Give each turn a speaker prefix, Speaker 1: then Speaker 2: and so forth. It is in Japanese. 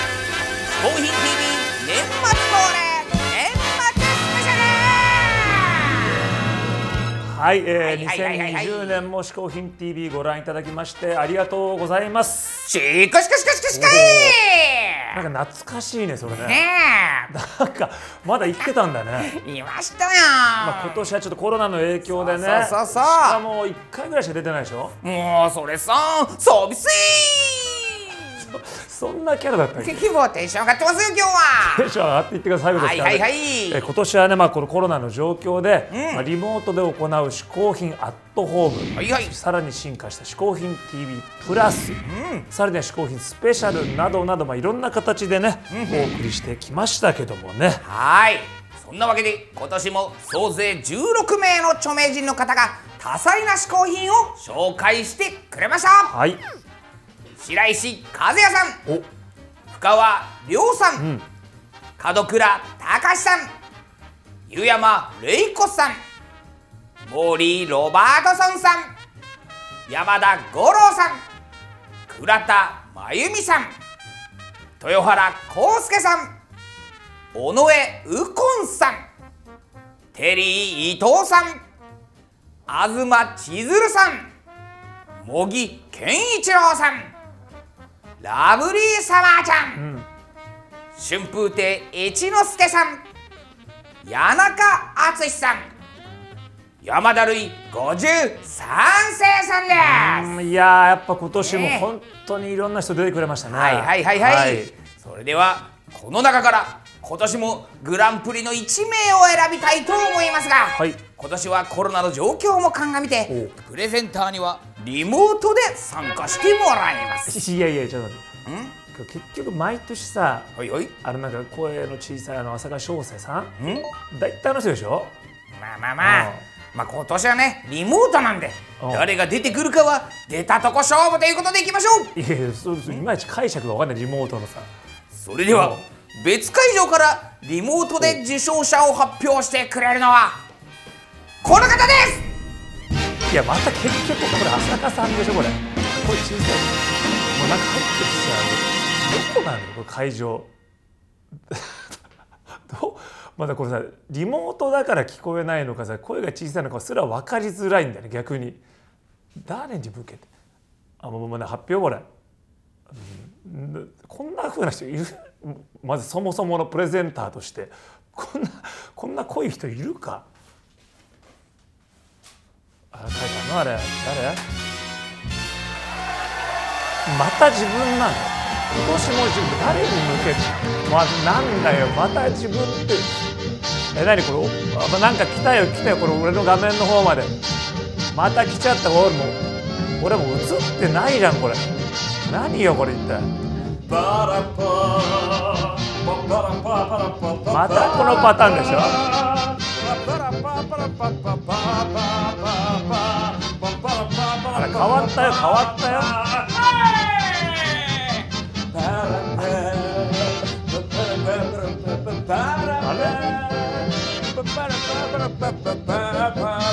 Speaker 1: コーヒー TV 年末恒例年末スペシャ
Speaker 2: はい、えー
Speaker 1: はいはいはいはい
Speaker 2: 2020年も「嗜好品 TV」ご覧いただきましてありがとうございます
Speaker 1: ルシコシコシコシコシコ
Speaker 2: な
Speaker 1: イ
Speaker 2: んか懐かしいねそれね
Speaker 1: ね
Speaker 2: なんかまだ行ってたんだね、
Speaker 1: えいましたよ、
Speaker 2: まあ、今年はちょっとコロナの影響でね
Speaker 1: そうそうそうそう
Speaker 2: しかも1回ぐらいしか出てないでしょ
Speaker 1: もうそれさ寂し
Speaker 2: そんなキャラだったっ
Speaker 1: い
Speaker 2: け
Speaker 1: 気分テンション上がってますよ今日
Speaker 2: テ
Speaker 1: は
Speaker 2: ンション上がっていってくださいです
Speaker 1: は
Speaker 2: か
Speaker 1: い
Speaker 2: ら、
Speaker 1: はいはい
Speaker 2: えー今年はね、まあ、このコロナの状況で、まあ、リモートで行う嗜好品アットホーム、
Speaker 1: はいはい
Speaker 2: さらに進化した嗜好品 TV プラス、さらには嗜好品スペシャルなどなど、まあ、いろんな形でね、お送りしてきましたけどもね
Speaker 1: はいそんなわけで今年も総勢16名の著名人の方が多彩な嗜好品を紹介してくれました
Speaker 2: はい
Speaker 1: 白石和也さん
Speaker 2: お
Speaker 1: 深川亮さん、
Speaker 2: ん
Speaker 1: 門倉隆さん湯山玲子さん森ロバートソンさん山田五郎さん倉田真由美さん豊原康介さん尾上右近さんテリー伊藤さん東千鶴さん茂木健一郎さんラブリーサマーちゃん、春風亭一之輔さん谷中敦さん山田類53世さんです、
Speaker 2: うんいやーやっぱ今年も
Speaker 1: ねえ
Speaker 2: 本当にいろんな人出てくれましたね
Speaker 1: はいはいはいはい、それではこの中から今年もグランプリの1名を選びたいと思いますが、
Speaker 2: い
Speaker 1: 今年はコロナの状況も鑑みて
Speaker 2: お
Speaker 1: プレゼンターにはリモートで参加してもらいます。
Speaker 2: いやいやちょっと待って結局毎年さ
Speaker 1: はいはい
Speaker 2: あのなんか声の小さいあの浅香翔生さん
Speaker 1: ん
Speaker 2: 大体あの人でしょ
Speaker 1: まあまあまあ、
Speaker 2: うん
Speaker 1: まあ今年はねリモートなんで
Speaker 2: うん
Speaker 1: 誰が出てくるかは出たとこ勝負ということでいきましょう
Speaker 2: いやいやそうそういまいち解釈が分かんないリモートのさ
Speaker 1: それでは別会場からリモートで受賞者を発表してくれるのはこの方です
Speaker 2: いやまた結局これ浅香さんでしょこれこれ小さいもうなんか入ってきちゃうどこなのこれ会場 どまだこれさリモートだから聞こえないのかさ声が小さいのかすら分かりづらいんだよね逆に誰に向けてあもうもうね発表もらい、うんんこんな風な人いるまずそもそものプレゼンターとしてこんなこんな濃い人いるかあ書いたのあれ誰また自分なの今年も自分誰に向けてまなんだよまた自分ってえ何これおあまなんか来たよ来たよこれ俺の画面の方までまた来ちゃった俺も俺も映ってないじゃんこれ何よこれ一体ま
Speaker 3: ま
Speaker 2: たこのパターンでしょあれ変わったよ変わったよあれ
Speaker 3: あれ